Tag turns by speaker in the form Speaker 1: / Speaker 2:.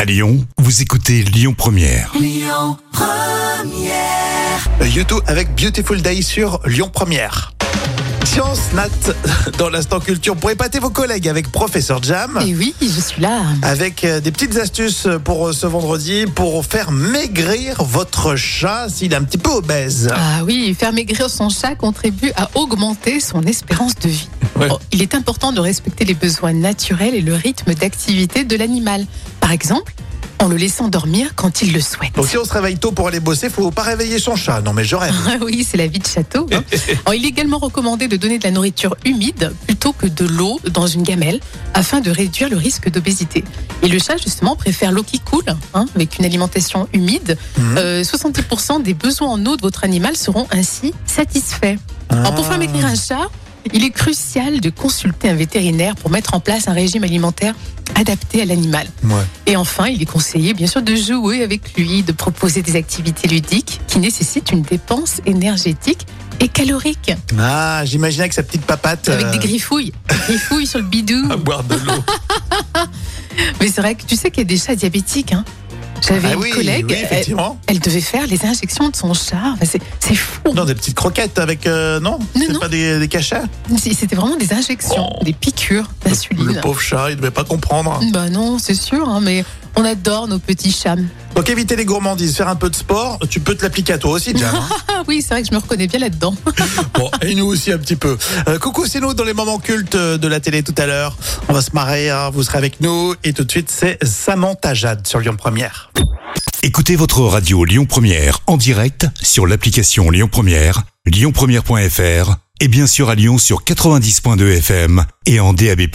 Speaker 1: À Lyon, vous écoutez Lyon Première.
Speaker 2: YouTube avec Beautiful Day sur Lyon Première. Science Nat dans l'instant culture pour épater vos collègues avec Professeur Jam.
Speaker 3: Et oui, je suis là.
Speaker 2: Avec euh, des petites astuces pour euh, ce vendredi pour faire maigrir votre chat s'il est un petit peu obèse.
Speaker 3: Ah oui, faire maigrir son chat contribue à augmenter son espérance de vie.
Speaker 2: Ouais.
Speaker 3: Oh, Il est important de respecter les besoins naturels et le rythme d'activité de l'animal. Par exemple, en le laissant dormir quand il le souhaite.
Speaker 2: Donc si on se réveille tôt pour aller bosser, faut pas réveiller son chat. Non mais je rêve.
Speaker 3: Ah oui, c'est la vie de château. hein. Alors, il est également recommandé de donner de la nourriture humide plutôt que de l'eau dans une gamelle afin de réduire le risque d'obésité. Et le chat, justement, préfère l'eau qui coule hein, avec une alimentation humide.
Speaker 2: Mhm.
Speaker 3: Euh, 70% des besoins en eau de votre animal seront ainsi satisfaits. Alors, pour faire
Speaker 2: Ah.
Speaker 3: maigrir un chat, il est crucial de consulter un vétérinaire pour mettre en place un régime alimentaire adapté à l'animal.
Speaker 2: Ouais.
Speaker 3: Et enfin, il est conseillé bien sûr de jouer avec lui, de proposer des activités ludiques qui nécessitent une dépense énergétique et calorique.
Speaker 2: Ah, j'imaginais avec sa petite papate.
Speaker 3: Avec
Speaker 2: euh,
Speaker 3: des griffouilles, des griffouilles sur le bidou.
Speaker 2: à boire de l'eau.
Speaker 3: Mais c'est vrai que tu sais qu'il y a des chats diabétiques. Hein. J'avais
Speaker 2: Ah
Speaker 3: une
Speaker 2: oui,
Speaker 3: collègue,
Speaker 2: oui,
Speaker 3: elle,
Speaker 2: effectivement.
Speaker 3: elle devait faire les injections de son chat. Enfin, c'est c'est fou.
Speaker 2: Non, des petites croquettes avec... euh, non
Speaker 3: Non,
Speaker 2: C'est
Speaker 3: non.
Speaker 2: pas des, des cachets
Speaker 3: C'est- C'était vraiment des injections,
Speaker 2: Oh.
Speaker 3: des piqûres
Speaker 2: Le
Speaker 3: d'insuline.
Speaker 2: pauvre chat, il devait pas comprendre.
Speaker 3: Bah non, c'est sûr, hein, mais on adore nos petits chats.
Speaker 2: Donc éviter les gourmandises, faire un peu de sport, tu peux te l'appliquer à toi aussi, Jam. hein.
Speaker 3: Ah oui, c'est vrai que je me reconnais bien là-dedans.
Speaker 2: Bon, et nous aussi un petit peu. Euh, coucou, c'est nous dans les moments cultes euh, de la télé tout à l'heure. On va se marrer, hein, vous serez avec nous. Et tout de suite, c'est Samantha Jade sur Lyon Première.
Speaker 1: Écoutez votre radio Lyon Première en direct sur l'application Lyon Première, lyonpremière.fr et bien sûr à Lyon sur 90.2 FM et en DAB+.